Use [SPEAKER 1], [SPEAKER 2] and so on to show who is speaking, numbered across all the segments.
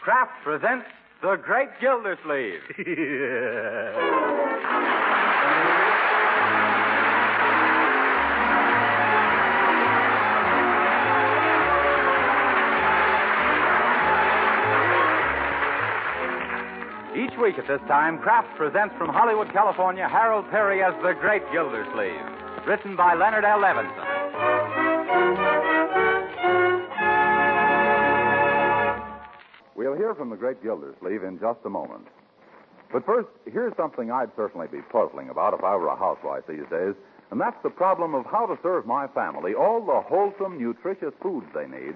[SPEAKER 1] Kraft presents The Great Gildersleeve. Each week at this time, Kraft presents from Hollywood, California, Harold Perry as The Great Gildersleeve, written by Leonard L. Levinson.
[SPEAKER 2] We'll hear from the great Gildersleeve in just a moment. But first, here's something I'd certainly be puzzling about if I were a housewife these days, and that's the problem of how to serve my family all the wholesome, nutritious foods they need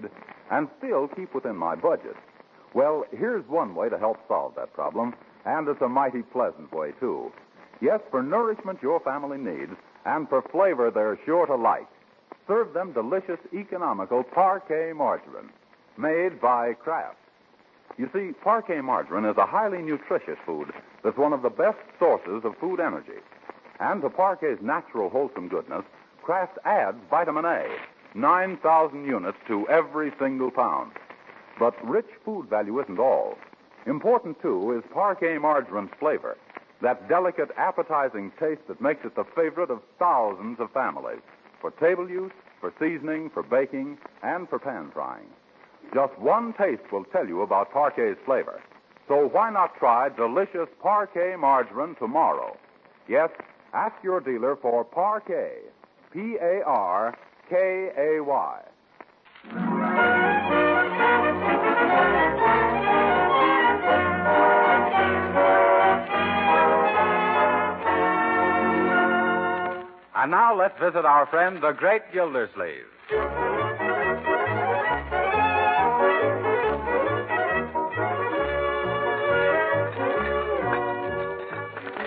[SPEAKER 2] and still keep within my budget. Well, here's one way to help solve that problem, and it's a mighty pleasant way, too. Yes, for nourishment your family needs and for flavor they're sure to like. Serve them delicious, economical parquet margarine, made by Kraft. You see, parquet margarine is a highly nutritious food that's one of the best sources of food energy. And to parquet's natural wholesome goodness, Kraft adds vitamin A, 9,000 units to every single pound. But rich food value isn't all. Important, too, is parquet margarine's flavor, that delicate, appetizing taste that makes it the favorite of thousands of families for table use, for seasoning, for baking, and for pan frying. Just one taste will tell you about parquet's flavor. So why not try delicious parquet margarine tomorrow? Yes, ask your dealer for parquet. P A R K A Y.
[SPEAKER 1] And now let's visit our friend, the great Gildersleeve.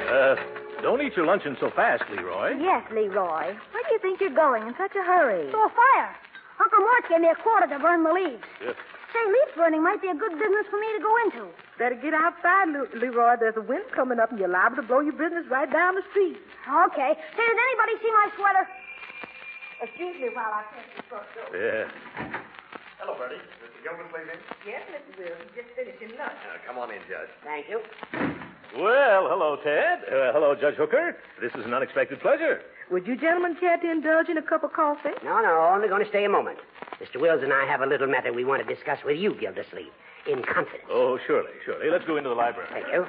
[SPEAKER 3] Uh, don't eat your luncheon so fast, Leroy.
[SPEAKER 4] Yes, Leroy.
[SPEAKER 5] Where do you think you're going in such a hurry?
[SPEAKER 4] To a fire. Uncle Mort gave me a quarter to burn the leaves.
[SPEAKER 3] Yeah.
[SPEAKER 4] Say, leaf burning might be a good business for me to go into.
[SPEAKER 5] Better get outside, Le- Leroy. There's a wind coming up, and you're liable to blow your business right down the street.
[SPEAKER 4] Okay. Say, did anybody see my sweater? Excuse me while I finish this book.
[SPEAKER 3] Yeah.
[SPEAKER 6] Hello, Bertie. Mr. Gildersleeve in?
[SPEAKER 5] Yes, Mr. Will. Just finishing lunch.
[SPEAKER 6] Uh, come on in, Judge.
[SPEAKER 5] Thank you.
[SPEAKER 3] Well, hello, Ted. Uh, hello, Judge Hooker. This is an unexpected pleasure.
[SPEAKER 5] Would you gentlemen care to indulge in a cup of coffee?
[SPEAKER 7] No, no, only going to stay a moment. Mr. Wills and I have a little matter we want to discuss with you, Gildersleeve, in confidence.
[SPEAKER 3] Oh, surely, surely. Let's go into the library.
[SPEAKER 7] Thank you.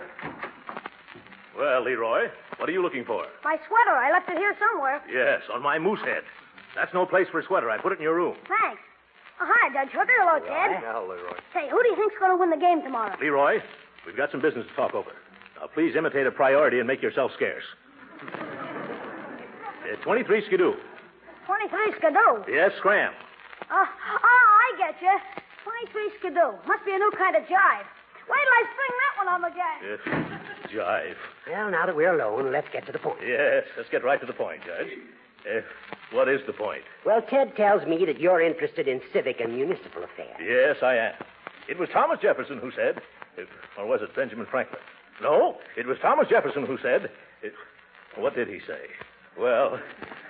[SPEAKER 3] Well, Leroy, what are you looking for?
[SPEAKER 4] My sweater. I left it here somewhere.
[SPEAKER 3] Yes, on my moose head. That's no place for a sweater. I put it in your room.
[SPEAKER 4] Thanks. Oh, hi, Judge Hooker. Hello, Ted.
[SPEAKER 6] Hello, Leroy.
[SPEAKER 4] Say, who do you think's going to win the game tomorrow?
[SPEAKER 3] Leroy, we've got some business to talk over. Now, please imitate a priority and make yourself scarce. Uh, 23 Skidoo.
[SPEAKER 4] 23 Skidoo.
[SPEAKER 3] Yes, Scram.
[SPEAKER 4] Uh, oh, I get you. 23 Skidoo. Must be a new kind of jive. Wait till I spring that one on the gang.
[SPEAKER 3] Yes. Jive.
[SPEAKER 7] Well, now that we're alone, let's get to the point.
[SPEAKER 3] Yes, let's get right to the point, Judge. Uh, what is the point?
[SPEAKER 7] Well, Ted tells me that you're interested in civic and municipal affairs.
[SPEAKER 3] Yes, I am. It was Thomas Jefferson who said, if- or was it Benjamin Franklin? No, it was Thomas Jefferson who said, it, what did he say? Well,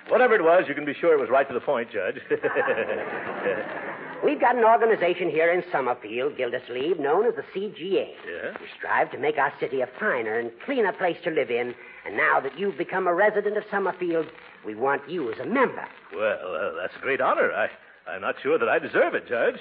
[SPEAKER 3] whatever it was, you can be sure it was right to the point, Judge.
[SPEAKER 7] We've got an organization here in Summerfield, Gildersleeve, known as the CGA.
[SPEAKER 3] Yeah?
[SPEAKER 7] We strive to make our city a finer and cleaner place to live in, and now that you've become a resident of Summerfield, we want you as a member.
[SPEAKER 3] well, uh, that's a great honor. I, I'm not sure that I deserve it, Judge.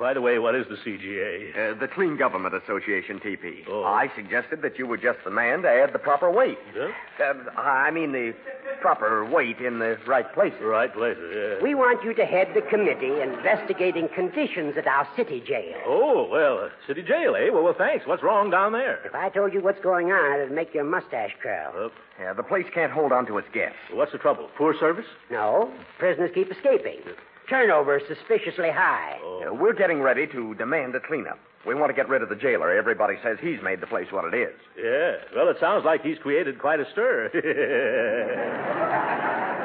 [SPEAKER 3] By the way, what is the CGA?
[SPEAKER 6] Uh, the Clean Government Association, TP.
[SPEAKER 3] Oh.
[SPEAKER 6] I suggested that you were just the man to add the proper weight.
[SPEAKER 3] Yeah?
[SPEAKER 6] Uh, I mean, the proper weight in the right place.
[SPEAKER 3] Right later, yeah.
[SPEAKER 7] We want you to head the committee investigating conditions at our city jail.
[SPEAKER 3] Oh, well, uh, city jail, eh? Well, well, thanks. What's wrong down there?
[SPEAKER 7] If I told you what's going on, it'd make your mustache curl.
[SPEAKER 3] Uh,
[SPEAKER 6] Yeah, the place can't hold on to its gas.
[SPEAKER 3] what's the trouble? Poor service?
[SPEAKER 7] No, prisoners keep escaping. Turnover is suspiciously high.
[SPEAKER 3] Oh.
[SPEAKER 6] Uh, we're getting ready to demand a cleanup. We want to get rid of the jailer. Everybody says he's made the place what it is.
[SPEAKER 3] Yeah. Well, it sounds like he's created quite a stir.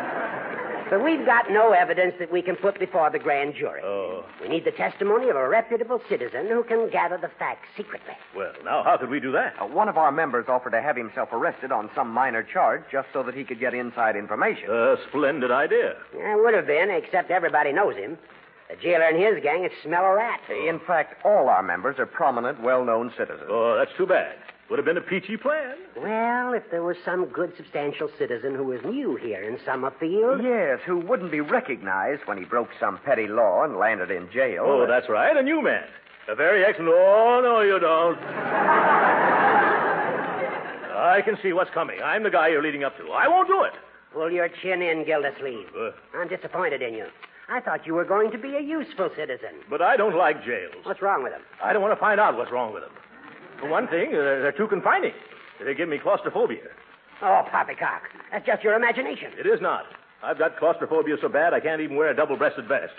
[SPEAKER 7] But we've got no evidence that we can put before the grand jury.
[SPEAKER 3] oh.
[SPEAKER 7] We need the testimony of a reputable citizen who can gather the facts secretly.
[SPEAKER 3] Well, now how could we do that?
[SPEAKER 6] Uh, one of our members offered to have himself arrested on some minor charge just so that he could get inside information.
[SPEAKER 3] A splendid idea.
[SPEAKER 7] Yeah, would have been, except everybody knows him. The jailer and his gang would smell a rat.
[SPEAKER 6] In fact, all our members are prominent, well known citizens.
[SPEAKER 3] Oh, that's too bad. Would have been a peachy plan.
[SPEAKER 7] Well, if there was some good, substantial citizen who was new here in Summerfield.
[SPEAKER 6] Yes, who wouldn't be recognized when he broke some petty law and landed in jail.
[SPEAKER 3] Oh, that's right. A new man. A very excellent. Oh, no, you don't. I can see what's coming. I'm the guy you're leading up to. I won't do it.
[SPEAKER 7] Pull your chin in, Gildersleeve.
[SPEAKER 3] Uh,
[SPEAKER 7] I'm disappointed in you. I thought you were going to be a useful citizen.
[SPEAKER 3] But I don't like jails.
[SPEAKER 7] What's wrong with him?
[SPEAKER 3] I don't want to find out what's wrong with them. For one thing, uh, they're, they're too confining. They give me claustrophobia.
[SPEAKER 7] Oh, poppycock. That's just your imagination.
[SPEAKER 3] It is not. I've got claustrophobia so bad I can't even wear a double-breasted vest.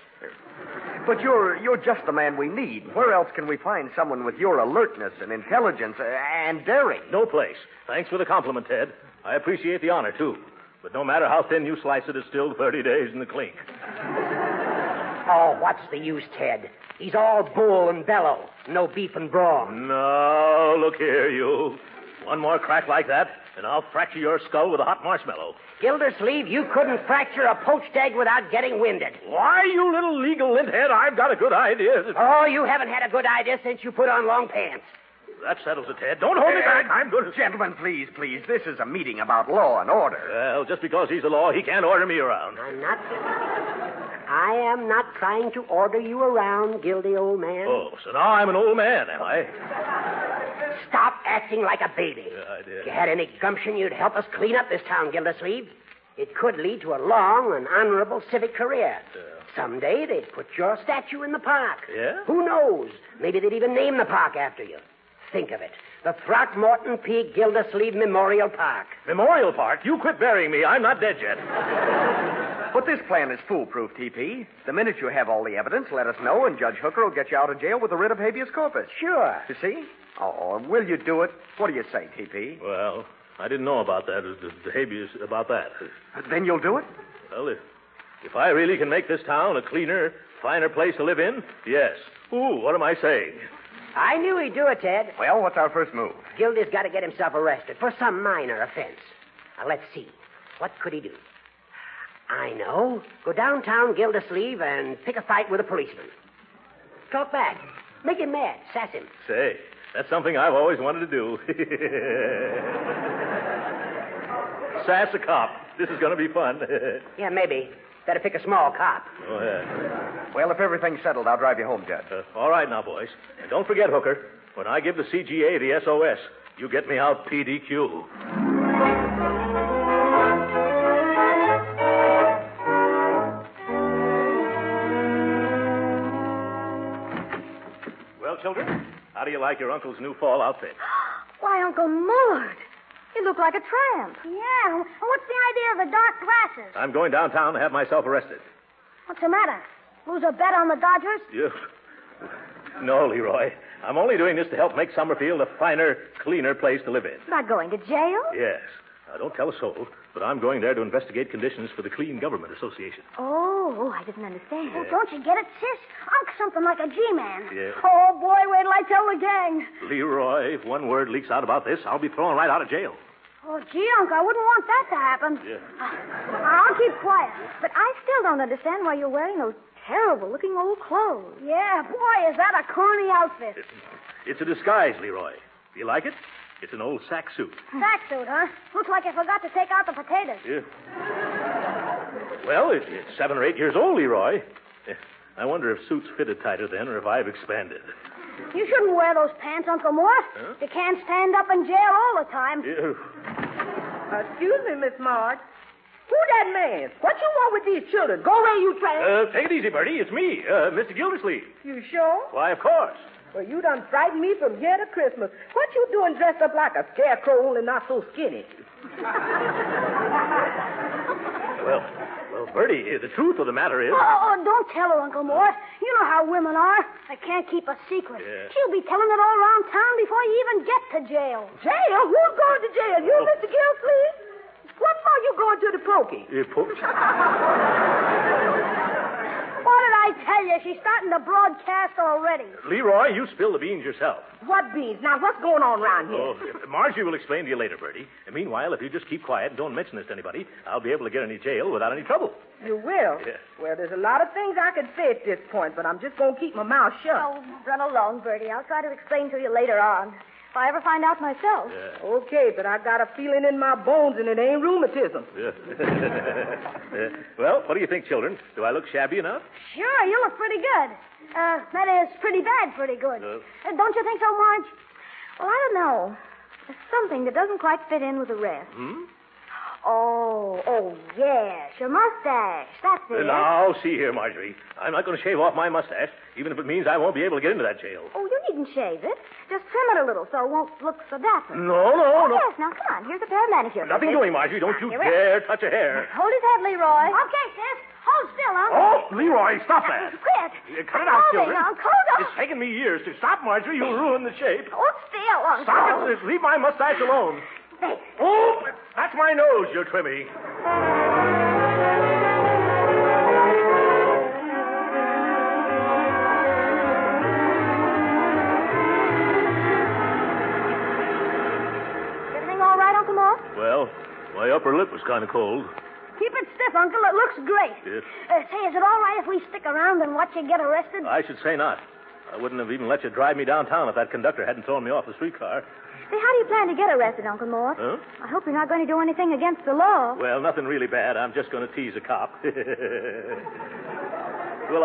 [SPEAKER 6] But you're you're just the man we need. Where else can we find someone with your alertness and intelligence uh, and daring?
[SPEAKER 3] No place. Thanks for the compliment, Ted. I appreciate the honor, too. But no matter how thin you slice it, it's still 30 days in the clink.
[SPEAKER 7] Oh, what's the use, Ted? He's all bull and bellow, no beef and brawn.
[SPEAKER 3] No, look here, you. One more crack like that, and I'll fracture your skull with a hot marshmallow.
[SPEAKER 7] Gildersleeve, you couldn't fracture a poached egg without getting winded.
[SPEAKER 3] Why, you little legal lint head, I've got a good idea.
[SPEAKER 7] Oh, you haven't had a good idea since you put on long pants.
[SPEAKER 3] That settles it, Ted. Don't hold me back. I'm good as...
[SPEAKER 6] Uh, Gentlemen, please, please. This is a meeting about law and order.
[SPEAKER 3] Well, just because he's the law, he can't order me around.
[SPEAKER 7] I'm not. I am not trying to order you around, guilty old man.
[SPEAKER 3] Oh, so now I'm an old man, am I?
[SPEAKER 7] Stop acting like a baby.
[SPEAKER 3] I did.
[SPEAKER 7] If you had any gumption, you'd help us clean up this town, Gildersleeve. It could lead to a long and honorable civic career. Someday they'd put your statue in the park.
[SPEAKER 3] Yeah?
[SPEAKER 7] Who knows? Maybe they'd even name the park after you. Think of it. The Throckmorton P. Gildersleeve Memorial Park.
[SPEAKER 3] Memorial Park, you quit burying me. I'm not dead yet.
[SPEAKER 6] But this plan is foolproof, TP. The minute you have all the evidence, let us know, and Judge Hooker will get you out of jail with a writ of habeas corpus.
[SPEAKER 7] Sure.
[SPEAKER 6] You see? Oh, and will you do it? What do you say, TP?
[SPEAKER 3] Well, I didn't know about that, uh, the, the habeas, about that.
[SPEAKER 6] Then you'll do it?
[SPEAKER 3] Well, if, if I really can make this town a cleaner, finer place to live in, yes. Ooh, what am I saying?
[SPEAKER 7] I knew he'd do it, Ted.
[SPEAKER 6] Well, what's our first move?
[SPEAKER 7] Gildy's got to get himself arrested for some minor offense. Now, let's see. What could he do? I know. Go downtown Gildersleeve and pick a fight with a policeman. Talk back. Make him mad. Sass him.
[SPEAKER 3] Say, that's something I've always wanted to do. Sass a cop. This is going to be fun.
[SPEAKER 7] Yeah, maybe. Better pick a small cop.
[SPEAKER 3] Go ahead.
[SPEAKER 6] Well, if everything's settled, I'll drive you home, Judge.
[SPEAKER 3] Uh, all right now, boys. And don't forget, Hooker, when I give the CGA the SOS, you get me out PDQ. Well, children, how do you like your uncle's new fall outfit?
[SPEAKER 4] Why, Uncle Mort, you look like a tramp. Yeah, and what's the idea of the dark glasses?
[SPEAKER 3] I'm going downtown to have myself arrested.
[SPEAKER 4] What's the matter? Lose a bet on the Dodgers?
[SPEAKER 3] You... No, Leroy. I'm only doing this to help make Summerfield a finer, cleaner place to live in.
[SPEAKER 4] Not going to jail?
[SPEAKER 3] Yes. Now, don't tell a soul, but I'm going there to investigate conditions for the Clean Government Association.
[SPEAKER 4] Oh, I didn't understand. Oh, don't you get it, sis? Unc's something like a G-man.
[SPEAKER 3] Yeah.
[SPEAKER 4] Oh, boy, wait till I tell the gang.
[SPEAKER 3] Leroy, if one word leaks out about this, I'll be thrown right out of jail.
[SPEAKER 4] Oh, gee, Unc, I wouldn't want that to happen.
[SPEAKER 3] Yeah.
[SPEAKER 4] I- I'll keep quiet. But I still don't understand why you're wearing those terrible-looking old clothes. Yeah, boy, is that a corny outfit.
[SPEAKER 3] It's a disguise, Leroy. Do you like it? It's an old sack suit.
[SPEAKER 4] Sack suit, huh? Looks like you forgot to take out the potatoes.
[SPEAKER 3] Yeah. Well, it, it's seven or eight years old, Leroy. Eh, I wonder if suits fitted tighter then or if I've expanded.
[SPEAKER 4] You shouldn't wear those pants, Uncle Mort. You can't stand up in jail all the time.
[SPEAKER 3] Ew.
[SPEAKER 5] Uh, excuse me, Miss Marge. Who that man? What you want with these children? Go away, you tramp.
[SPEAKER 3] Uh, take it easy, Bertie. It's me, uh, Mr. Gildersleeve.
[SPEAKER 5] you sure?
[SPEAKER 3] Why, of course.
[SPEAKER 5] Well, you done frightened me from here to Christmas. What you doing dressed up like a scarecrow, only not so skinny?
[SPEAKER 3] Well, well, Bertie, eh, the truth of the matter is.
[SPEAKER 4] Oh, oh, don't tell her, Uncle Mort. You know how women are. They can't keep a secret.
[SPEAKER 3] Yeah.
[SPEAKER 4] She'll be telling it all around town before you even get to jail.
[SPEAKER 5] Jail? Who's going to jail? You, Mr. Gilsleeve? What for you going to the pokey?
[SPEAKER 3] Eh, po-
[SPEAKER 4] What did I tell you? She's starting to broadcast already.
[SPEAKER 3] Leroy, you spill the beans yourself.
[SPEAKER 5] What beans? Now, what's going on around here?
[SPEAKER 3] Oh, Marjorie will explain to you later, Bertie. And meanwhile, if you just keep quiet and don't mention this to anybody, I'll be able to get into jail without any trouble.
[SPEAKER 5] You will?
[SPEAKER 3] Yeah.
[SPEAKER 5] Well, there's a lot of things I could say at this point, but I'm just going to keep my mouth shut.
[SPEAKER 4] Oh, run along, Bertie. I'll try to explain to you later on. If I ever find out myself.
[SPEAKER 5] Okay, but I got a feeling in my bones, and it ain't rheumatism.
[SPEAKER 3] Yeah. Uh, well, what do you think, children? Do I look shabby enough?
[SPEAKER 4] Sure, you look pretty good. Uh, that is, pretty bad, pretty good.
[SPEAKER 3] Yes.
[SPEAKER 4] Uh, don't you think so, Marge? Well, I don't know. There's something that doesn't quite fit in with the rest.
[SPEAKER 3] Hmm?
[SPEAKER 4] Oh, oh, yes, your mustache. That's it.
[SPEAKER 3] Now, see here, Marjorie. I'm not going to shave off my mustache, even if it means I won't be able to get into that jail.
[SPEAKER 4] Oh, you needn't shave it. Just trim it a little so it won't look so dapper.
[SPEAKER 3] No, no, no.
[SPEAKER 4] Yes, now come on. Here's a pair of manicures.
[SPEAKER 3] Nothing
[SPEAKER 4] Sis.
[SPEAKER 3] doing, Marjorie. Don't
[SPEAKER 4] Ah,
[SPEAKER 3] you
[SPEAKER 4] here we are.
[SPEAKER 3] dare touch a hair.
[SPEAKER 4] Hold his head, Leroy. Okay, sis. Hold still, Uncle.
[SPEAKER 3] Oh, Leroy, stop that.
[SPEAKER 4] Quit.
[SPEAKER 3] Uh, Cut it
[SPEAKER 4] I'm
[SPEAKER 3] out,
[SPEAKER 4] holding,
[SPEAKER 3] children.
[SPEAKER 4] Uncle. Don't-
[SPEAKER 3] It's taken me years to stop, Marjorie. You'll ruin the shape.
[SPEAKER 4] Hold still, Uncle.
[SPEAKER 3] Stop it. Leave my mustache alone. Oh, that's my nose you're trimming.
[SPEAKER 4] Everything all right, Uncle Mort?
[SPEAKER 3] Well, my upper lip was kind of cold.
[SPEAKER 4] Keep it stiff, Uncle. It looks great.
[SPEAKER 3] Yes.
[SPEAKER 4] Uh, say, is it all right if we stick around and watch you get arrested?
[SPEAKER 3] I should say not. I wouldn't have even let you drive me downtown if that conductor hadn't thrown me off the streetcar.
[SPEAKER 4] Say, how do you plan to get arrested, Uncle Mort?
[SPEAKER 3] Huh?
[SPEAKER 4] I hope you're not going to do anything against the law.
[SPEAKER 3] Well, nothing really bad. I'm just going to tease a cop. Will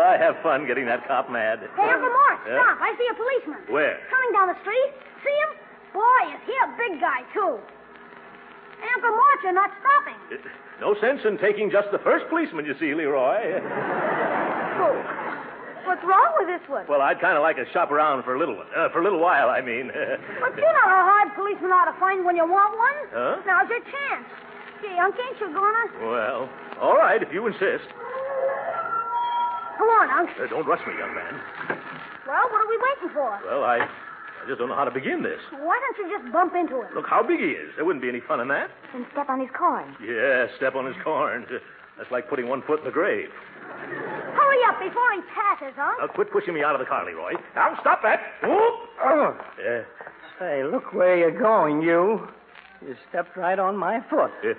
[SPEAKER 3] I have fun getting that cop mad?
[SPEAKER 4] Hey, Uncle Mort,
[SPEAKER 3] Yeah?
[SPEAKER 4] stop. I see a policeman.
[SPEAKER 3] Where?
[SPEAKER 4] Coming down the street. See him? Boy, is he a big guy, too. Hey, Uncle Mort, you're not stopping.
[SPEAKER 3] No sense in taking just the first policeman you see, Leroy.
[SPEAKER 4] What's wrong with this one?
[SPEAKER 3] Well, I'd kind of like to shop around for a little one. Uh, for a little while, I mean.
[SPEAKER 4] But you know how hard policemen ought to find when you want one.
[SPEAKER 3] Huh?
[SPEAKER 4] Now's your chance. Gee, Unc, ain't you gonna?
[SPEAKER 3] well, all right, if you insist.
[SPEAKER 4] Come on, Unc.
[SPEAKER 3] Uh, don't rush me, young man.
[SPEAKER 4] Well, what are we waiting for?
[SPEAKER 3] Well, I, I just don't know how to begin this.
[SPEAKER 4] Why don't you just bump into him
[SPEAKER 3] Look how big he is. There wouldn't be any fun in that.
[SPEAKER 4] and step on his corn?
[SPEAKER 3] Yeah, step on his corn. That's like putting one foot in the grave.
[SPEAKER 4] Hurry up before he passes, Unc.
[SPEAKER 3] Now, quit pushing me out of the car, Leroy. Now, stop that. Whoop!
[SPEAKER 8] Oh,
[SPEAKER 3] Yeah.
[SPEAKER 8] hey, look where you're going, you. You stepped right on my foot.
[SPEAKER 3] If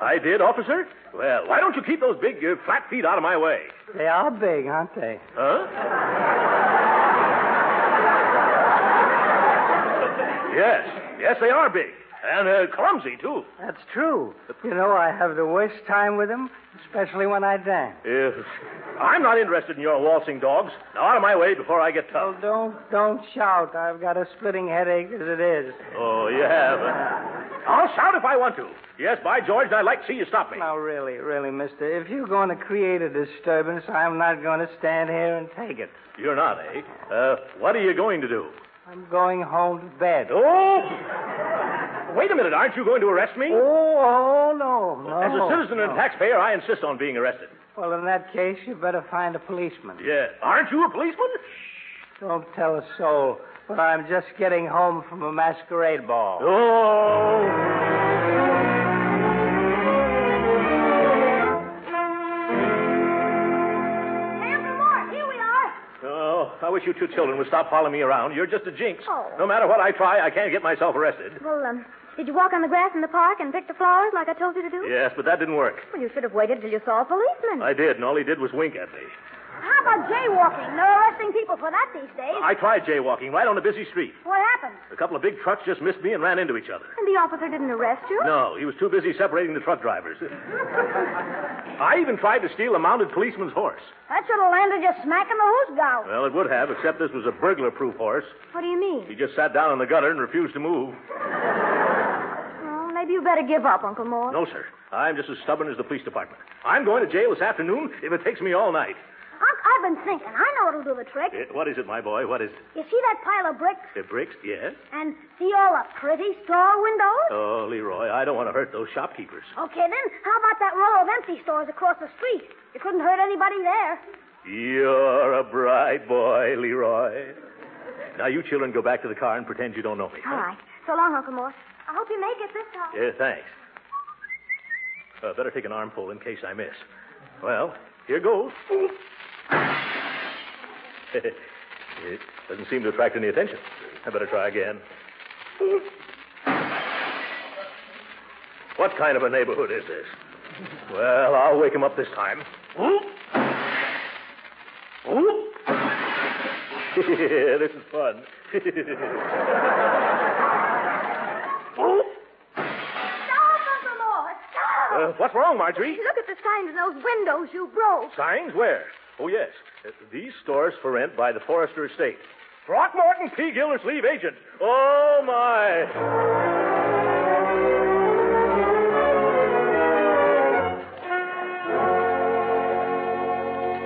[SPEAKER 3] I did, officer? Well, why don't you keep those big, uh, flat feet out of my way?
[SPEAKER 8] They are big, aren't they?
[SPEAKER 3] Huh? yes. Yes, they are big. And uh, clumsy, too.
[SPEAKER 8] That's true. You know, I have the worst time with them, especially when I dance.
[SPEAKER 3] Yes. I'm not interested in your waltzing dogs. Now, out of my way before I get
[SPEAKER 8] Oh,
[SPEAKER 3] tough.
[SPEAKER 8] don't, don't shout. I've got a splitting headache as it is.
[SPEAKER 3] Oh, you have. uh, I'll shout if I want to. Yes, by George, I'd like to see you stop me.
[SPEAKER 8] Now, really, really, mister, if you're going to create a disturbance, I'm not going to stand here and take it.
[SPEAKER 3] You're not, eh? Uh, what are you going to do?
[SPEAKER 8] I'm going home to bed.
[SPEAKER 3] Oh! Wait a minute. Aren't you going to arrest me?
[SPEAKER 8] Oh, oh, no, no.
[SPEAKER 3] As a citizen and
[SPEAKER 8] no.
[SPEAKER 3] taxpayer, I insist on being arrested.
[SPEAKER 8] Well, in that case, you better find a policeman.
[SPEAKER 3] Yeah. Aren't you a policeman?
[SPEAKER 8] Don't tell a soul, but I'm just getting home from a masquerade ball.
[SPEAKER 3] Oh!
[SPEAKER 4] Hey, Uncle Mort, here we are.
[SPEAKER 3] Oh, I wish you two children would stop following me around. You're just a jinx.
[SPEAKER 4] Oh.
[SPEAKER 3] No matter what I try, I can't get myself arrested.
[SPEAKER 4] Well, um, did you walk on the grass in the park and pick the flowers like I told you to do?
[SPEAKER 3] Yes, but that didn't work.
[SPEAKER 4] Well, you should have waited till you saw a policeman.
[SPEAKER 3] I did, and all he did was wink at me.
[SPEAKER 4] How about jaywalking? They're arresting people for that these days.
[SPEAKER 3] I tried jaywalking right on a busy street.
[SPEAKER 4] What happened?
[SPEAKER 3] A couple of big trucks just missed me and ran into each other.
[SPEAKER 4] And the officer didn't arrest you?
[SPEAKER 3] No, he was too busy separating the truck drivers. I even tried to steal a mounted policeman's horse.
[SPEAKER 4] That should have landed you smack in the hoosgow.
[SPEAKER 3] Well, it would have, except this was a burglar-proof horse.
[SPEAKER 4] What do you mean?
[SPEAKER 3] He just sat down in the gutter and refused to move.
[SPEAKER 4] Well, maybe you better give up, Uncle Mort.
[SPEAKER 3] No, sir. I'm just as stubborn as the police department. I'm going to jail this afternoon if it takes me all night.
[SPEAKER 4] Unc, I've been thinking. I know it'll do the trick.
[SPEAKER 3] Eh, What is it, my boy? What is it?
[SPEAKER 4] You see that pile of bricks?
[SPEAKER 3] The bricks? Yes?
[SPEAKER 4] And see all the pretty store windows?
[SPEAKER 3] Oh, Leroy, I don't want to hurt those shopkeepers.
[SPEAKER 4] Okay, then, how about that row of empty stores across the street? You couldn't hurt anybody there.
[SPEAKER 3] You're a bright boy, Leroy. Now, you children go back to the car and pretend you don't know me.
[SPEAKER 4] All right. So long, Uncle Mort. I hope you make it this time.
[SPEAKER 3] Yeah, thanks. Uh, better take an armful in case I miss. Well, here goes. it doesn't seem to attract any attention. I better try again. What kind of a neighborhood is this? Well, I'll wake him up this time. Whoop! Whoop! this is fun. Whoop!
[SPEAKER 4] Stop, Uncle Mort! Stop!
[SPEAKER 3] Uh, what's wrong, Marjorie?
[SPEAKER 4] Look at the signs in those windows you broke.
[SPEAKER 3] Signs where? Oh, yes. Uh, These stores for rent by the Forrester Estate. Throckmorton P. Gildersleeve agent. Oh, my.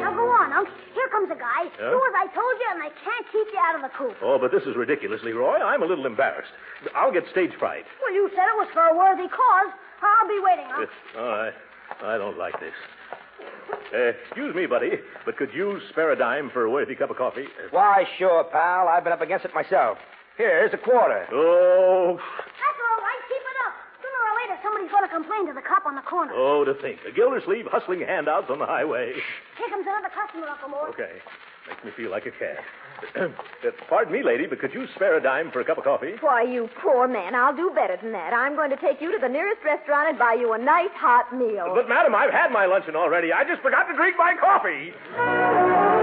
[SPEAKER 4] Now go on, Unc. Here comes a guy.
[SPEAKER 3] Huh?
[SPEAKER 4] Do as I told you, and I can't keep you out of the coop.
[SPEAKER 3] Oh, but this is ridiculous, Leroy. I'm a little embarrassed. I'll get stage fright.
[SPEAKER 4] Well, you said it was for a worthy cause. I'll be waiting,
[SPEAKER 3] Uh,
[SPEAKER 4] Unc.
[SPEAKER 3] all right. I don't like this. Uh, excuse me, buddy, but could you spare a dime for a worthy cup of coffee? Uh,
[SPEAKER 6] Why, sure, pal. I've been up against it myself. Here's a quarter.
[SPEAKER 3] Oh,
[SPEAKER 4] That's all right. Keep it up. Sooner or later, somebody's going to complain to the cop on the corner.
[SPEAKER 3] oh, to think. A Gildersleeve hustling handouts on the highway.
[SPEAKER 4] Here comes another customer, Uncle Mort.
[SPEAKER 3] Okay. Makes me feel like a cat. Uh, Pardon me, lady, but could you spare a dime for a cup of coffee?
[SPEAKER 9] Why, you poor man, I'll do better than that. I'm going to take you to the nearest restaurant and buy you a nice hot meal.
[SPEAKER 3] But, madam, I've had my luncheon already. I just forgot to drink my coffee.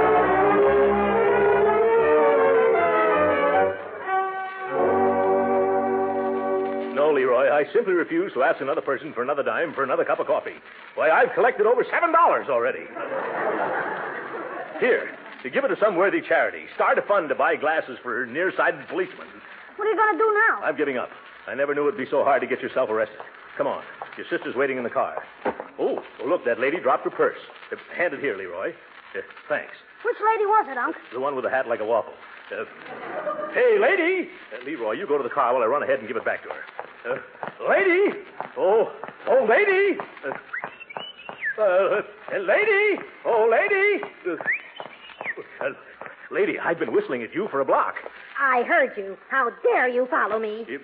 [SPEAKER 3] No, Leroy, I simply refuse to ask another person for another dime for another cup of coffee. Why, I've collected over $7 already. Here, to give it to some worthy charity. Start a fund to buy glasses for nearsighted policemen.
[SPEAKER 4] What are you going to do now?
[SPEAKER 3] I'm giving up. I never knew it'd be so hard to get yourself arrested. Come on. Your sister's waiting in the car. Oh, oh, look, that lady dropped her purse. Uh, hand it here, Leroy. Uh, thanks.
[SPEAKER 4] Which lady was it, Unc?
[SPEAKER 3] The one with the hat like a waffle. Uh, hey, lady! Uh, Leroy, you go to the car while I run ahead and give it back to her. Uh, lady! Oh, oh, lady! Uh, uh, lady! Oh, lady! Uh, uh, lady, I've been whistling at you for a block.
[SPEAKER 4] I heard you. How dare you follow me?
[SPEAKER 3] If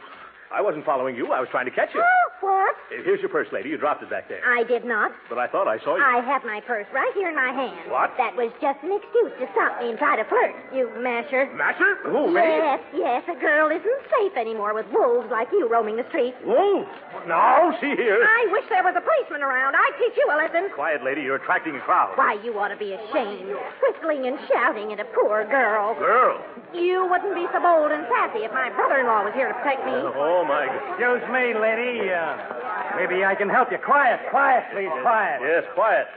[SPEAKER 3] I wasn't following you. I was trying to catch you.
[SPEAKER 4] Oh, what?
[SPEAKER 3] Uh, Here's your purse, lady. You dropped it back there.
[SPEAKER 4] I did not.
[SPEAKER 3] But I thought I saw Oh, you.
[SPEAKER 4] I have my purse right here in my hand.
[SPEAKER 3] What?
[SPEAKER 4] That was just an excuse to stop me and try to flirt, you masher.
[SPEAKER 3] Masher? Who,
[SPEAKER 4] Yes, yes, a girl isn't safe anymore with wolves like you roaming the streets.
[SPEAKER 3] Wolf? No, see here.
[SPEAKER 4] I wish there was a policeman around. I'd teach you a lesson.
[SPEAKER 3] Quiet, lady. You're attracting a crowd.
[SPEAKER 4] Why, you ought to be ashamed. Whistling and shouting at a poor girl.
[SPEAKER 3] Girl.
[SPEAKER 4] You wouldn't be so bold and sassy if my brother-in-law was here to protect me.
[SPEAKER 3] Oh, my God.
[SPEAKER 8] Excuse me, lady. Uh, maybe I can help you. Quiet, quiet, please, quiet.
[SPEAKER 3] Yes, quiet.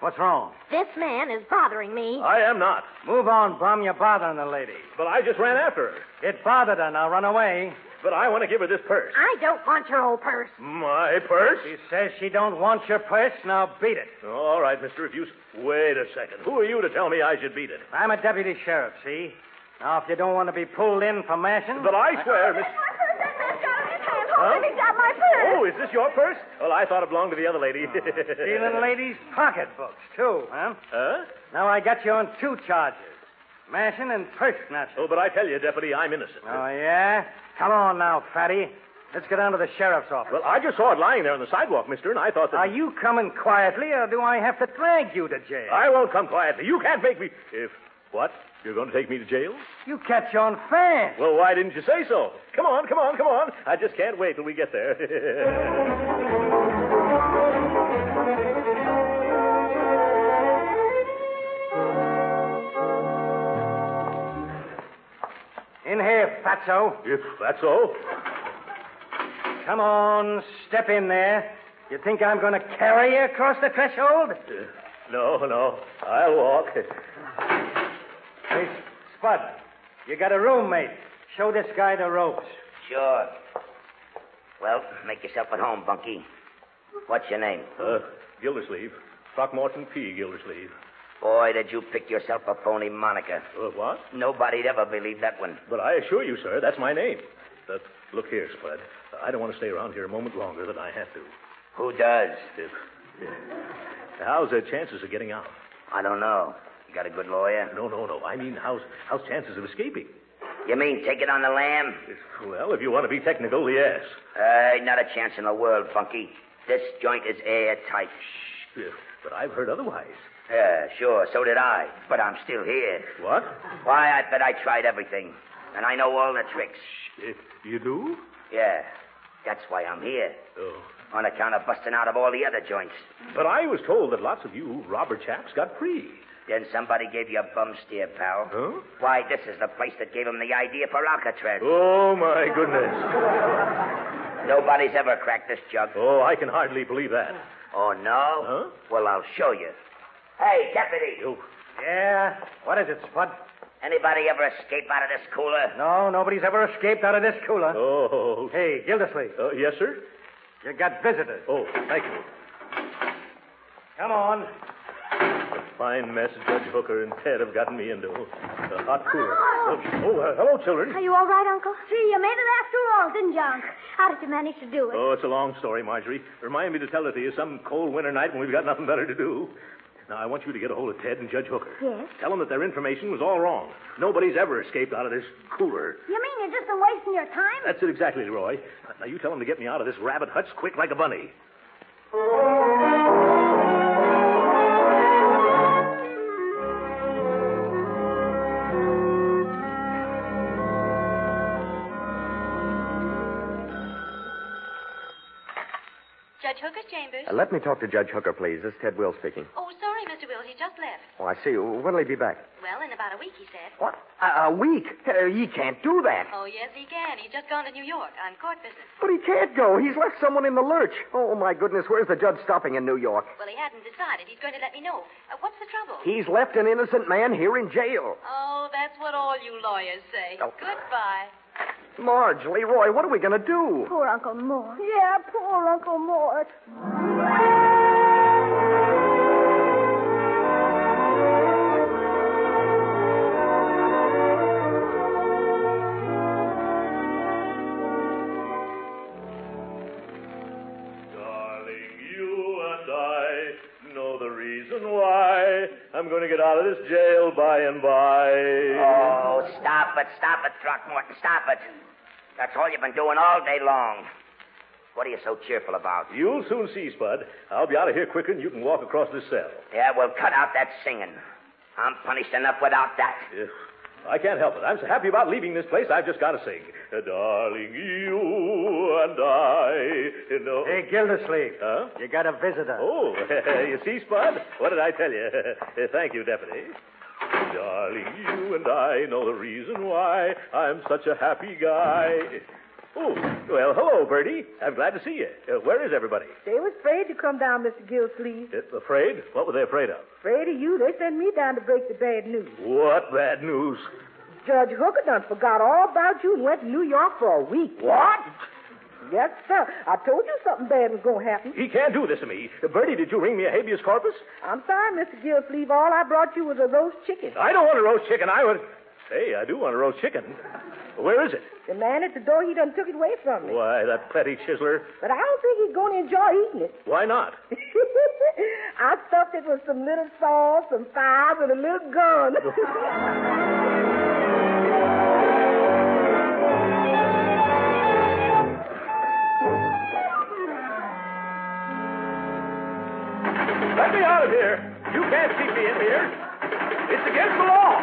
[SPEAKER 8] What's wrong?
[SPEAKER 4] This man is bothering me.
[SPEAKER 3] I am not.
[SPEAKER 8] Move on, bum. You're bothering the lady.
[SPEAKER 3] But I just ran after her.
[SPEAKER 8] It bothered her. Now run away.
[SPEAKER 3] But I want to give her this purse.
[SPEAKER 4] I don't want your old purse.
[SPEAKER 3] My purse?
[SPEAKER 8] She says she don't want your purse. Now beat it.
[SPEAKER 3] All right, Mr. If you... Wait a second. Who are you to tell me I should beat it?
[SPEAKER 8] I'm a deputy sheriff, see? Now, if you don't want to be pulled in for mashing...
[SPEAKER 3] But I swear, Miss...
[SPEAKER 9] my purse. That man's got it in his hand.
[SPEAKER 3] Huh?
[SPEAKER 9] Hold got my purse.
[SPEAKER 3] Oh, is this your purse? Well, I thought it belonged to the other lady.
[SPEAKER 8] Oh. Stealing ladies' pocketbooks, too, huh?
[SPEAKER 3] Huh?
[SPEAKER 8] Now, I got you on two charges. Mashing and purse snatching.
[SPEAKER 3] Oh, but I tell you, Deputy, I'm innocent.
[SPEAKER 8] Oh, yeah? Come on now, fatty. Let's go down to the sheriff's office.
[SPEAKER 3] Well, I just saw it lying there on the sidewalk, mister, and I thought that.
[SPEAKER 8] Are you coming quietly, or do I have to drag you to jail?
[SPEAKER 3] I won't come quietly. You can't make me. If. What? You're going to take me to jail?
[SPEAKER 8] You catch on fast.
[SPEAKER 3] Well, why didn't you say so? Come on, come on, come on. I just can't wait till we get there.
[SPEAKER 8] In here, fatso.
[SPEAKER 3] if that's so.
[SPEAKER 8] Come on, step in there. You think I'm going to carry you across the threshold?
[SPEAKER 3] Uh, No, no. I'll walk.
[SPEAKER 8] Hey, Spud, you got a roommate. Show this guy the ropes.
[SPEAKER 7] Sure. Well, make yourself at home, Bunky. What's your name?
[SPEAKER 3] Uh, Gildersleeve. Throckmorton P. Gildersleeve.
[SPEAKER 7] Boy, did you pick yourself a phony moniker.
[SPEAKER 3] Uh, what?
[SPEAKER 7] Nobody'd ever believe that one.
[SPEAKER 3] But I assure you, sir, that's my name. But look here, Spud. I don't want to stay around here a moment longer than I have to.
[SPEAKER 7] Who does?
[SPEAKER 3] If, how's the chances of getting out?
[SPEAKER 7] I don't know. You got a good lawyer?
[SPEAKER 3] No, no, no. I mean, how's, how's chances of escaping?
[SPEAKER 7] You mean take it on the lamb?
[SPEAKER 3] Uh, Well, if you want to be technical, yes.
[SPEAKER 7] Uh, not a chance in the world, Funky. This joint is airtight.
[SPEAKER 3] Yeah, Uh, But I've heard otherwise.
[SPEAKER 7] Yeah, sure, so did I. But I'm still here.
[SPEAKER 3] What? Uh,
[SPEAKER 7] Why, I bet I tried everything. And I know all the tricks.
[SPEAKER 3] Eh, You do?
[SPEAKER 7] Yeah.
[SPEAKER 10] That's why I'm here.
[SPEAKER 3] Oh.
[SPEAKER 10] On account of busting out of all the other joints.
[SPEAKER 3] But I was told that lots of you robber chaps got free.
[SPEAKER 10] Then somebody gave you a bum steer, pal.
[SPEAKER 3] Huh?
[SPEAKER 10] Why, this is the place that gave him the idea for Alcatraz.
[SPEAKER 3] Oh, my goodness.
[SPEAKER 10] Nobody's ever cracked this jug.
[SPEAKER 3] Oh, I can hardly believe that.
[SPEAKER 10] Oh, no? Huh? Well, I'll show you. Hey, deputy. You.
[SPEAKER 8] Yeah? What is it, Spud?
[SPEAKER 10] Anybody ever escape out of this cooler?
[SPEAKER 8] No, nobody's ever escaped out of this cooler.
[SPEAKER 3] Oh.
[SPEAKER 8] Hey, Gildersleeve.
[SPEAKER 3] Uh, yes, sir?
[SPEAKER 8] You got visitors.
[SPEAKER 3] Oh, thank you.
[SPEAKER 8] Come on.
[SPEAKER 3] Fine mess Judge Hooker and Ted have gotten me into. A hot cooler. Oh, oh, uh, hello, children.
[SPEAKER 9] Are you all right, Uncle? Gee, you made it after all, didn't you, Uncle? How did you manage to do it?
[SPEAKER 3] Oh, it's a long story, Marjorie. Remind me to tell it to you some cold winter night when we've got nothing better to do. Now, I want you to get a hold of Ted and Judge Hooker.
[SPEAKER 9] Yes.
[SPEAKER 3] Tell them that their information was all wrong. Nobody's ever escaped out of this cooler.
[SPEAKER 9] You mean you're just a wasting your time?
[SPEAKER 3] That's it exactly, Leroy. Now, you tell them to get me out of this rabbit hutch quick like a bunny.
[SPEAKER 11] Judge Hooker's chambers.
[SPEAKER 6] Uh, let me talk to Judge Hooker, please. This is Ted Will speaking.
[SPEAKER 11] Oh, sorry, Mr. Will. He just left.
[SPEAKER 6] Oh, I see. When'll he be back?
[SPEAKER 11] Well, in about a week, he said.
[SPEAKER 6] What? A, a week? Uh, he can't do that.
[SPEAKER 11] Oh, yes, he can. He's just gone to New York on court business.
[SPEAKER 6] But he can't go. He's left someone in the lurch. Oh, my goodness. Where's the judge stopping in New York?
[SPEAKER 11] Well, he hadn't decided. He's going to let me know. Uh, what's the trouble?
[SPEAKER 6] He's left an innocent man here in jail.
[SPEAKER 11] Oh, that's what all you lawyers say.
[SPEAKER 6] Oh.
[SPEAKER 11] Goodbye.
[SPEAKER 6] Marge, Leroy, what are we going to do?
[SPEAKER 9] Poor Uncle Mort. Yeah, poor Uncle Mort.
[SPEAKER 3] Darling, you and I know the reason why I'm going to get out of this jail by and by.
[SPEAKER 6] Ah.
[SPEAKER 10] Oh, stop it, stop it, Throckmorton, stop it. That's all you've been doing all day long. What are you so cheerful about?
[SPEAKER 3] You'll soon see, Spud. I'll be out of here quicker than you can walk across this cell.
[SPEAKER 10] Yeah, well, cut out that singing. I'm punished enough without that.
[SPEAKER 3] Ugh, I can't help it. I'm so happy about leaving this place, I've just got to sing. Uh, darling, you and I know.
[SPEAKER 8] Hey, Gildersleeve.
[SPEAKER 3] Huh?
[SPEAKER 8] You got a visitor.
[SPEAKER 3] Oh, you see, Spud? What did I tell you? Uh, Thank you, Deputy. Darling, you and I know the reason why I'm such a happy guy. Oh, well, hello, Bertie. I'm glad to see you. Uh, where is everybody?
[SPEAKER 5] They was afraid to come down, Mr. Gilsleeve.
[SPEAKER 3] Uh, afraid? What were they afraid of?
[SPEAKER 5] Afraid of you. They sent me down to break the bad news.
[SPEAKER 3] What bad news?
[SPEAKER 5] Judge Hooker done forgot all about you and went to New York for a week.
[SPEAKER 3] What?
[SPEAKER 5] Yes, sir. I told you something bad was going to happen.
[SPEAKER 3] He can't do this to me. Uh, Bertie, did you ring me a habeas corpus?
[SPEAKER 5] I'm sorry, Mr. Gilsleeve. All I brought you was a roast chicken.
[SPEAKER 3] I don't want a roast chicken. I would. Hey, I do want a roast chicken. Where is it?
[SPEAKER 5] The man at the door, he done took it away from me.
[SPEAKER 3] Why, that petty chiseler.
[SPEAKER 5] But I don't think he's going to enjoy eating it.
[SPEAKER 3] Why not?
[SPEAKER 5] I stuffed it with some little sauce, some fries, and a little gun.
[SPEAKER 3] Let me out of here. You can't keep me in here. It's against the law.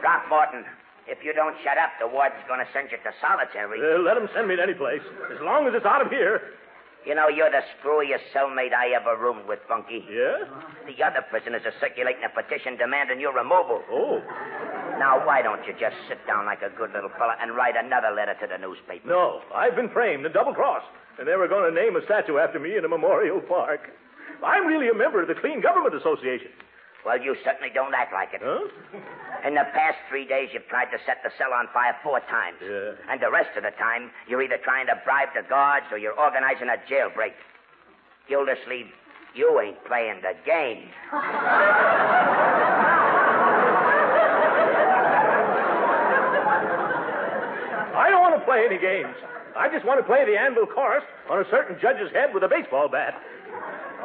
[SPEAKER 10] Throckmorton, if you don't shut up, the warden's going to send you to solitary.
[SPEAKER 3] Uh, let him send me to any place, as long as it's out of here.
[SPEAKER 10] You know, you're the screwiest cellmate I ever roomed with, Funky.
[SPEAKER 3] Yeah?
[SPEAKER 10] The other prisoners are circulating a petition demanding your removal.
[SPEAKER 3] Oh.
[SPEAKER 10] Now, why don't you just sit down like a good little fella and write another letter to the newspaper?
[SPEAKER 3] No, I've been framed and double crossed, and they were going to name a statue after me in a memorial park. I'm really a member of the Clean Government Association.
[SPEAKER 10] Well, you certainly don't act like it.
[SPEAKER 3] Huh?
[SPEAKER 10] In the past three days, you've tried to set the cell on fire four times.
[SPEAKER 3] Yeah.
[SPEAKER 10] And the rest of the time, you're either trying to bribe the guards or you're organizing a jailbreak. Gildersleeve, you ain't playing the game.
[SPEAKER 3] I don't want to play any games. I just want to play the anvil chorus on a certain judge's head with a baseball bat.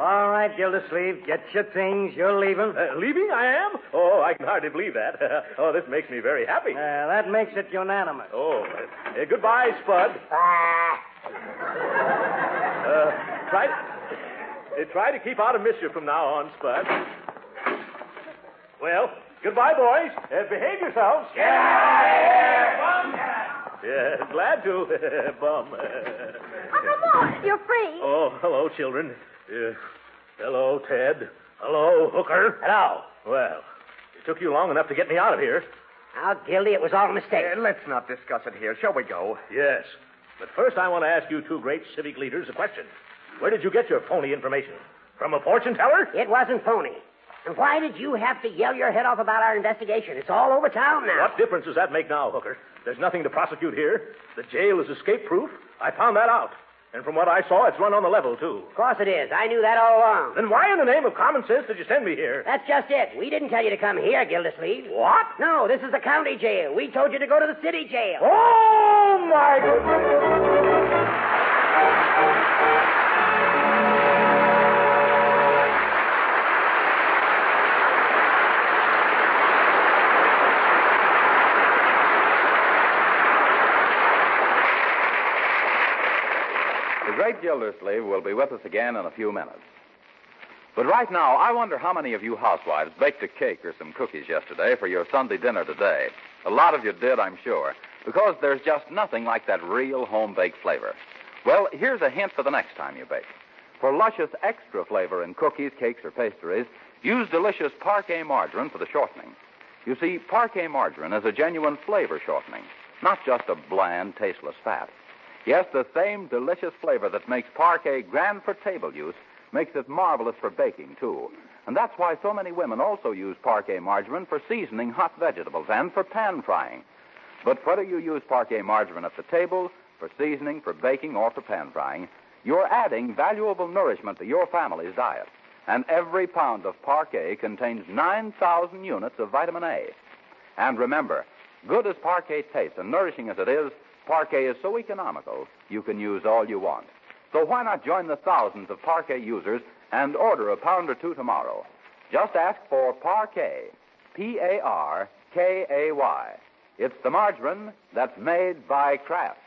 [SPEAKER 8] All right, Gildersleeve. Get your things. You're leaving.
[SPEAKER 3] Uh, leaving? I am? Oh, I can hardly believe that. oh, this makes me very happy.
[SPEAKER 8] Uh, that makes it unanimous. Ah.
[SPEAKER 3] Oh, uh, uh, goodbye, Spud. Uh, try, uh, try to keep out of mischief from now on, Spud. Well, goodbye, boys. Uh, behave yourselves. Yeah, yeah, Yeah, glad to. Bum.
[SPEAKER 4] Uncle Mort, you're free.
[SPEAKER 3] Oh, hello, children. Uh, hello, Ted. Hello, Hooker. Hello. Well, it took you long enough to get me out of here.
[SPEAKER 7] Now, Gildy, it was all a mistake.
[SPEAKER 6] Uh, let's not discuss it here, shall we go?
[SPEAKER 3] Yes. But first, I want to ask you two great civic leaders a question. Where did you get your phony information? From a fortune teller?
[SPEAKER 7] It wasn't phony. And why did you have to yell your head off about our investigation? It's all over town now.
[SPEAKER 3] What difference does that make now, Hooker? There's nothing to prosecute here. The jail is escape proof. I found that out. And from what I saw, it's run on the level, too.
[SPEAKER 7] Of course it is. I knew that all along.
[SPEAKER 3] Then why in the name of common sense did you send me here?
[SPEAKER 7] That's just it. We didn't tell you to come here, Gildersleeve.
[SPEAKER 3] What?
[SPEAKER 7] No, this is the county jail. We told you to go to the city jail.
[SPEAKER 3] Oh, my
[SPEAKER 12] The great Gildersleeve will be with us again in a few minutes. But right now, I wonder how many of you housewives baked a cake or some cookies yesterday for your Sunday dinner today. A lot of you did, I'm sure, because there's just nothing like that real home baked flavor. Well, here's a hint for the next time you bake. For luscious extra flavor in cookies, cakes, or pastries, use delicious parquet margarine for the shortening. You see, parquet margarine is a genuine flavor shortening, not just a bland, tasteless fat. Yes, the same delicious flavor that makes parquet grand for table use makes it marvelous for baking, too. And that's why so many women also use parquet margarine for seasoning hot vegetables and for pan frying. But whether you use parquet margarine at the table, for seasoning, for baking, or for pan frying, you're adding valuable nourishment to your family's diet. And every pound of parquet contains 9,000 units of vitamin A. And remember, good as parquet tastes and nourishing as it is, Parquet is so economical, you can use all you want. So why not join the thousands of parquet users and order a pound or two tomorrow? Just ask for Parquet. P A R K A Y. It's the margarine that's made by Kraft.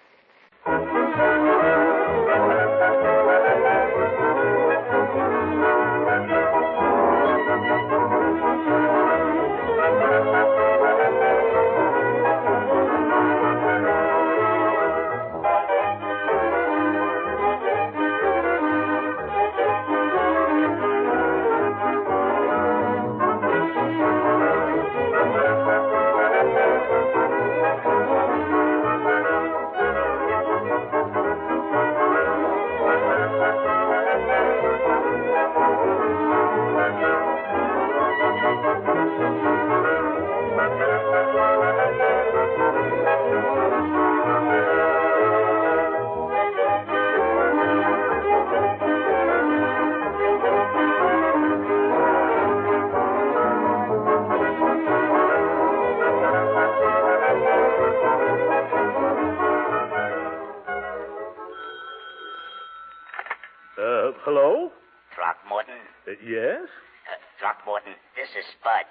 [SPEAKER 3] Uh, hello?
[SPEAKER 10] Throckmorton?
[SPEAKER 3] Uh, yes?
[SPEAKER 10] Uh, Throckmorton, this is Spud.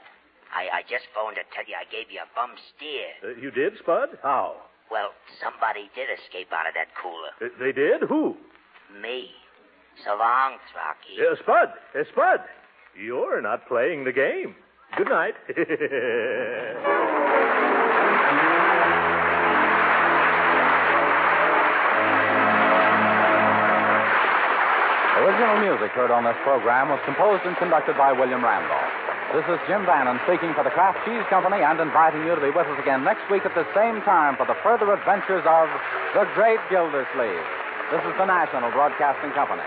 [SPEAKER 10] I, I just phoned to tell you I gave you a bum steer.
[SPEAKER 3] Uh, you did, Spud? How?
[SPEAKER 10] Well, somebody did escape out of that cooler.
[SPEAKER 3] Uh, they did? Who?
[SPEAKER 10] Me. So long, Throcky.
[SPEAKER 3] Uh, Spud! Uh, Spud! You're not playing the game. Good night.
[SPEAKER 1] Original music heard on this program was composed and conducted by William Randolph. This is Jim Bannon speaking for the Kraft Cheese Company and inviting you to be with us again next week at the same time for the further adventures of The Great Gildersleeve. This is the National Broadcasting Company.